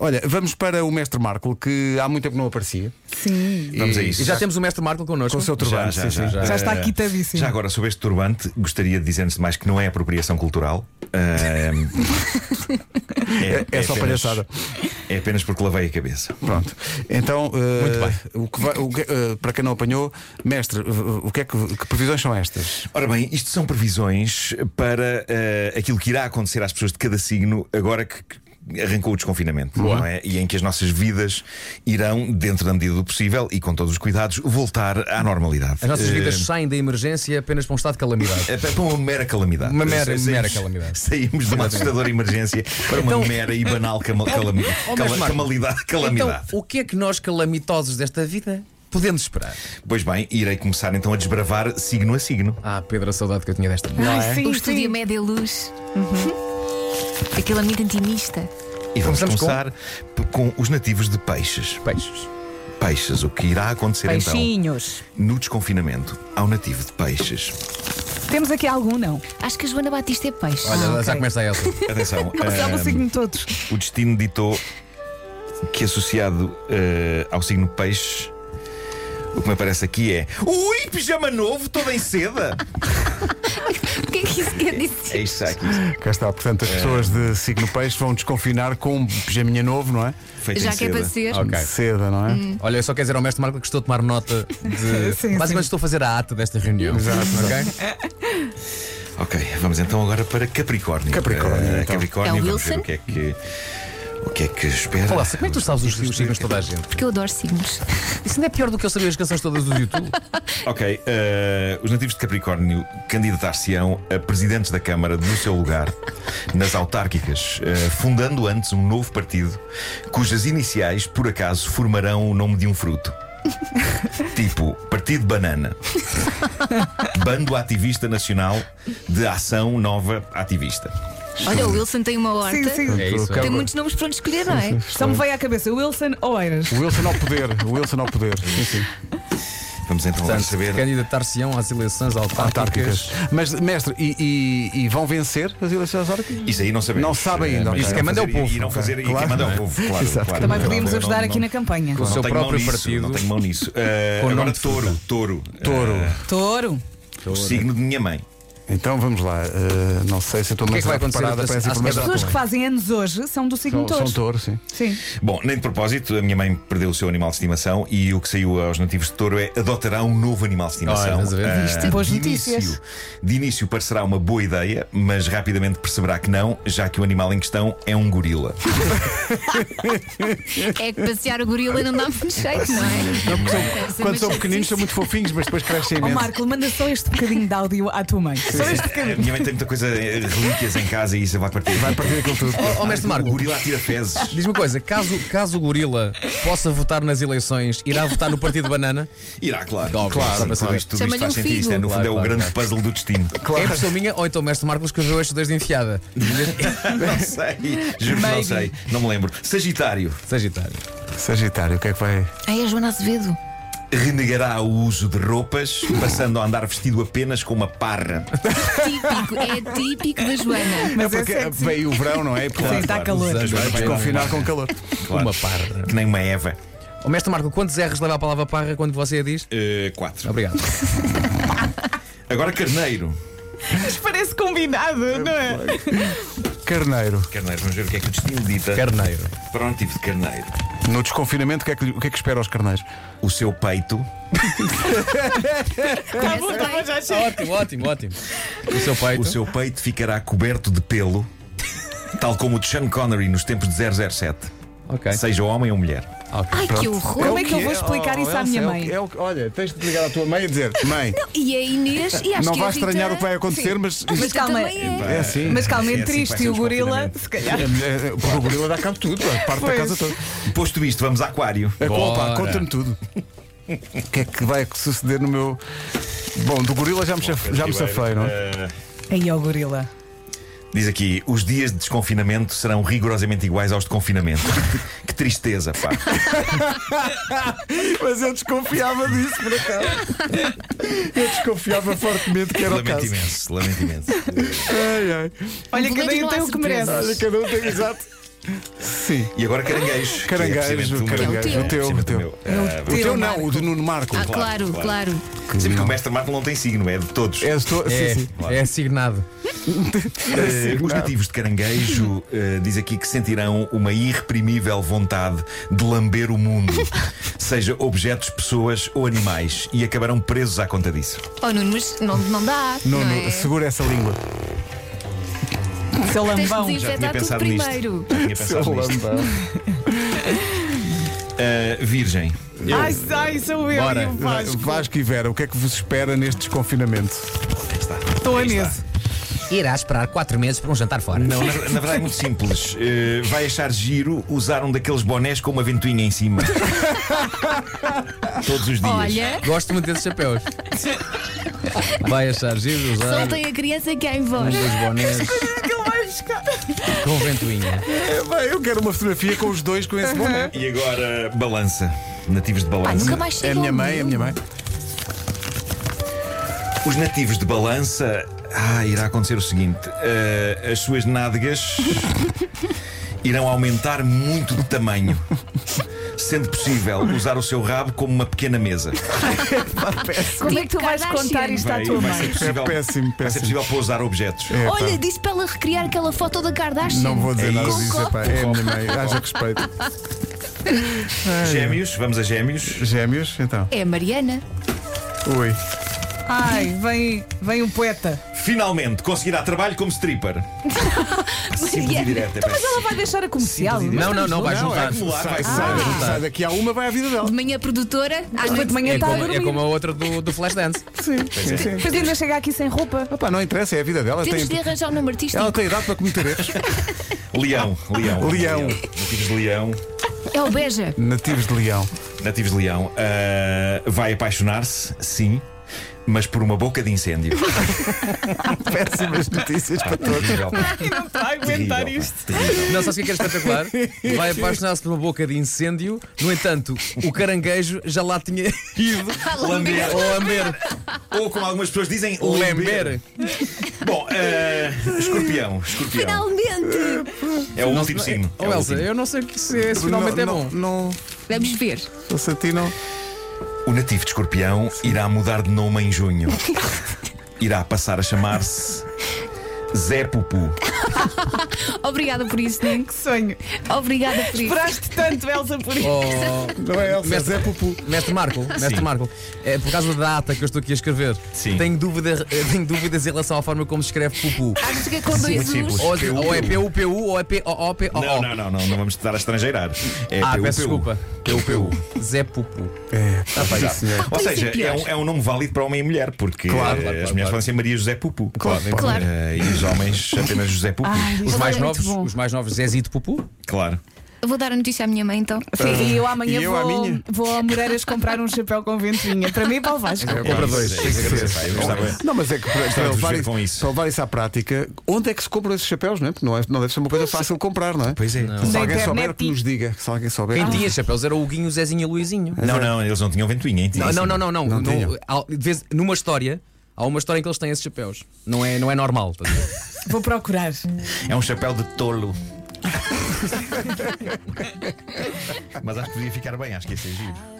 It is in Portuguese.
Olha, vamos para o Mestre Marco, que há muito tempo não aparecia. Sim. Vamos E- a isso. e Já, Já- temos o mestre Marco connosco. com o seu turbante. já, já, já. Já Eh, está quitadíssimo. Já agora, sobre este turbante, gostaria de dizer antes de mais que não é apropriação cultural. Ahm, É- é só apenas- palhaçada. É apenas porque lavei a cabeça. Pronto. Então, eh, o que vai- o que- eh, para quem não apanhou, mestre, eh, o que é que, que previsões são estas? Ora bem, isto são previsões para eh, aquilo que irá acontecer às pessoas de cada signo agora que. que Arrancou o desconfinamento não é? e em que as nossas vidas irão, dentro da medida do possível e com todos os cuidados, voltar à normalidade. As nossas Eh, vidas saem da emergência apenas para um estado de calamidade. É para uma mera calamidade. Uma mera- Saímos- mera calamidade. Saímos de uma assustadora emergência para uma Então- mera e banal cama, calami- Oh, cala- mas, Marco, camalidade- calamidade. Então, o que é que nós calamitosos desta vida podemos esperar? Pois bem, irei começar então a desbravar signo a signo. Ah, Pedro, a saudade que eu tinha desta. Ai, sim, o sim. Uhum. estúdio Média Luz. Aquilo é muito intimista. E vamos Começamos começar p- com... os nativos de peixes. Peixes. Peixes, o que irá acontecer Peixinhos. então no desconfinamento ao nativo de peixes. Temos aqui algum, não? Acho que a Joana Batista é peixe. Olha, Ah, já ok. começa a essa. Atenção, Sabe é o ahm, signo de todos. o destino ditou que associado eh, ao signo peixes, o que me aparece aqui é Ui, pijama novo, toda em seda! O que é que isso quer dizer? É isto aqui. Cá está, portanto, as pessoas de signo peixe vão desconfinar com um pijaminha novo, não é? Feito Já em que é seda. para ser. Ok. De seda, não é? Olha, eu só quero dizer ao mestre Marco que estou a tomar nota de. Sim, Basicamente sim. estou a fazer a ata desta reunião. Exato. Ok? Ok, vamos então agora para Capricórnio. Capricórnio, Eh, então. Capricórnio, É o vamos ver Wilson? o que é que. O que é que espera? Olá, como é que tu sabes os, os signos de toda a gente? Porque eu adoro signos. Isso não é pior do que eu saber as canções todas do YouTube. Ok, eh, os nativos de Capricórnio candidatar-se-ão a presidentes da Câmara do seu lugar nas autárquicas, eh, fundando antes um novo partido cujas iniciais, por acaso, formarão o nome de um fruto. Tipo, Partido Banana. Bando Ativista Nacional de Ação Nova Ativista. Olha, o Wilson tem uma horta. Sim, sim. É isso. Tem é. muitos nomes para onde escolher, não é? Só me veio à cabeça Wilson Oeiras. O Wilson ao poder, o Wilson ao poder. Sim, sim. Vamos então lá Portanto, saber. candidatar-se-ão às eleições Autárquicas. autárquicas. Mas, mestre, e, e- e vão vencer as eleições autárquicas? Isso aí não sabemos. Não sabe Eh, ainda, mas ok. vão Quem manda é o fazer- povo, E não ok. fazer, e Claro. quem manda é o povo, claro. Exato. claro. Também Não, podíamos não, ajudar não, aqui não. na campanha. Com o Não seu tenho mão próprio nisso, partido. Não tenho mão nisso. Eh, Com o nome agora de touro, touro. Eh, Touro. Touro. o signo de minha mãe. Então vamos lá. eh, não sei se a tua que mãe é que vai está acontecer preparada às- para essa às informação. As pessoas que fazem anos hoje são do signo São, são todos. touro, sim. Sim. Bom, nem de propósito, a minha mãe perdeu o seu animal de estimação e o que saiu aos nativos de touro é adotará um novo animal de Olha, estimação. estás a ver? Ah, Viste? Boas de, notícias. início, de início parecerá uma boa ideia, mas rapidamente perceberá que não, já que o animal em questão é um gorila. É que passear o gorila não dá muito jeito, não é? Deve ser Quando uma são chatice. pequeninos são muito fofinhos, mas depois crescem Ó imenso. Marco, manda só este bocadinho de áudio à tua mãe. Só este a minha mãe tem muita coisa, eh, relíquias em casa e isso vai partir. Vai partir aquilo tudo. Ó, mestre O Marco, gorila atira fezes. Diz-me uma coisa, caso, caso o gorila possa votar nas eleições, irá votar no Partido Banana? Irá, claro. Só Claro, para claro. saber isto, tudo isto Chama-lhe faz um sentido. Isto é, no figo. fundo, é o Claro, grande puzzle do destino. É impressão minha ou então o mestre Marcos escreveu estes dois de enfiada? Não sei, juro que não Maybe. sei, não me lembro. Sagitário Sagitário. Sagitário, o que é que vai. Ai, a Joana Azevedo. renegará o uso de roupas, passando a andar vestido apenas com uma parra. Típico, é típico da Joana. é Mas é porque sexy. veio o verão, não é? E, Sim, tá Portanto, está calor. Usando- vai desconfinar com calor. Claro. Uma parra. Que nem uma Eva. O mestre Marco, quantos erros leva a palavra parra quando você a diz? Eh, quatro. Obrigado. Agora carneiro. Mas parece combinado, não é? Carneiro, Carneiro, vamos ver o que é que o destino dita Carneiro. para um tipo de carneiro. no desconfinamento, o que é que, o que, é que espera aos carneiros? O seu peito, Tá bom, tá bom, já chega. Ótimo, ótimo, ótimo. O seu peito. o seu peito ficará coberto de pelo, tal como o de Sean Connery nos tempos de 007. Ok. Seja homem ou mulher. Ai, que horror. Como é que eu vou explicar Oh, isso à é minha mãe? olha, tens de ligar à tua mãe e dizer: Mãe, E a Inês e acho não que a vais Rita- estranhar o que vai acontecer, mas. Mas, é Mas tu calma. também é. É assim. Mas calma, É assim é que vai triste ser e o o gorila, desconfinamento. se calhar. É, é, Porque o gorila dá cabo de tudo, pá, parte da Pois. casa toda. Posto isto, vamos a Aquário. É qual, pá, Bora. conta-me tudo. O que é que vai suceder no meu. Bom, do gorila já me, chaf... já me safei, não é? Eh, Aí, ó gorila. Diz aqui, os dias de desconfinamento serão rigorosamente iguais aos de confinamento. que tristeza, pá. Mas eu desconfiava disso, por acaso. Eu desconfiava fortemente que era o Lamento caso. imenso, lamento imenso. Ai, ai. Olha, Pelo cada menos um não tem há o que merece. Olha, cada um tem exato. Sim. E agora caranguejo. que é precisamente Caranguejo, o meu. caranguejo. É O teu, o Precisamente o teu. meu. Ah, O teu. teu não, o do Nuno Marco. Ah, claro, Claro, claro. Sempre que o mestre Marco não tem signo, é de todos. És tu- É, sim, sim. é assignado. Eh, os nativos de Caranguejo eh, diz aqui que sentirão uma irreprimível vontade de lamber o mundo, seja objetos, pessoas ou animais, e acabarão presos à conta disso. Oh, Nuno, mas não, não dá. Nuno, não é? segura essa língua. Seu Tens lambão. de Já desinfetar tinha tudo pensado primeiro. nisto. Já tinha pensado nisto. Eh, virgem. Ai, ai, sou eu Bora. e o Vasco. Vasco e Vera, o que é que vos espera neste desconfinamento? Aí está. Estou Aí está. nesse. Irá esperar 4 meses para um jantar fora. Não, na, na verdade é muito simples. Eh, vai achar giro usar um daqueles bonés com uma ventoinha em cima. Todos os dias. Olha, Gosto muito desses chapéus. Vai achar giro usar soltem a criança que há em um vós. dos bonés Que eu vou buscar. com ventoinha. É, bem, eu quero uma fotografia com os dois com esse bom. É E agora, balança. Nativos de Ah, balança. nunca mais chegou. a minha mãe, é a minha mãe. Os nativos de balança. Ah, irá acontecer o seguinte: eh, as suas nádegas irão aumentar muito de tamanho. Sendo possível usar o seu rabo como uma pequena mesa. Como é que tu vais Tipo Kardashian. contar isto à Vai, tua vai ser mãe? possível, É péssimo, Vai ser péssimo. possível pousar objetos. É, pá, Olha, disse para ela recriar aquela foto da Kardashian. não vou dizer É nada isso. disso. É, pá, é a minha mãe, haja respeito. É. Gêmeos, vamos a gêmeos. Gêmeos, então. É a Mariana. Ui. Ai, vem, vem um poeta. Finalmente conseguirá trabalho como stripper. Simples e Mariana. direto. É Então, Mas péssimo. ela vai deixar a comercial. um Sim, Não, não, não, vai Não, é juntar. Ah, acumular, vai Sai, ser. sai daqui a uma, vai à vida dela. De manhã produtora, às Depois de noites manhã É está a como, é dormir. como a outra do, do Flashdance. Sim, sim, sim. Depois ainda chega aqui sem roupa. Epá, não interessa, é a vida dela. temos de Tem, arranjar um nome artístico. ela tem idade para cometer erros. Leão, leão. Leão. Nativos de leão. É o Beja. Nativos de Leão. Nativos de Leão, ah, vai apaixonar-se, sim, mas por uma boca de incêndio. Péssimas notícias para todos. Terrível, pá, E não está a aguentar terrível, isto. pá, terrível. Não, sabes o que é que é espetacular? Vai apaixonar-se por uma boca de incêndio. No entanto, o caranguejo já lá tinha ido Lamber. ou lamber. Ou como algumas pessoas dizem, lamber. Lamber. Bom, ah, escorpião, escorpião. Finalmente! É o último signo. é Oh, o Elsa, último. eu não sei o que se, se finalmente é não, bom. Não, Vamos ver. não, se a ti não. O nativo de escorpião irá mudar de nome em junho. Irá passar a chamar-se Zé Pupu. Obrigada por isso, Nuno. Que sonho. Obrigada por isso. Esperaste tanto, Elsa, por isso. Oh, Não é Elsa, é Mestre- Zé Pupu. mestre Marco, mestre Sim. Marco, é, por causa da data que eu estou aqui a escrever, Sim. Tenho, dúvida, eh, tenho dúvidas em relação à forma como se escreve pupu. Acho que é com Muito dois simples. U's. Ou, PU. ou é PUPU ou é POOPOO. Não, não, não, não, não vamos estar a estrangeirar. É Ah, PUPU. peço desculpa. PUPU. Zé Pupu. É, tá bem, Exato. senhor. Ou Pois é, seja, é pior. um, é um nome válido para homem e mulher, porque Claro, eh, claro, as claro, mulheres claro. podem ser Maria José Pupu. Claro, Eh, claro. e os homens apenas José Pupu. Os mais é muito novos, bom. os mais novos, Zezito Pupu. Claro. Eu Vou dar a notícia à minha mãe então. E eu amanhã E eu à vou, minha? vou ao Moreiras comprar um chapéu com ventoinha. Para mim e para o Vasco. Compra dois. É isso que eu queria dizer, pá, eu gostava- Não, mas é que para, para, de vos levar ver isso, com isso. para levar isso à prática, onde é que se compram esses chapéus, não é? Porque não, é, não deve ser uma coisa fácil de comprar, não é? Pois é. Se Na alguém souber, internet. Ah, que nos diga. Se alguém souber. Quem Ah. que nos tinha chapéus era o Guinho, o Zezinho e o Luizinho. Não, não, eles não tinham ventoinha, hein, tinha Não, assim. não, não, não, não. Não Não, tinham. há- de vez- numa história, há uma história em que eles têm esses chapéus. Não é, não é normal. estás a ver? Vou procurar. É um chapéu de tolo. Mas acho que podia ficar bem, acho que ia ser giro.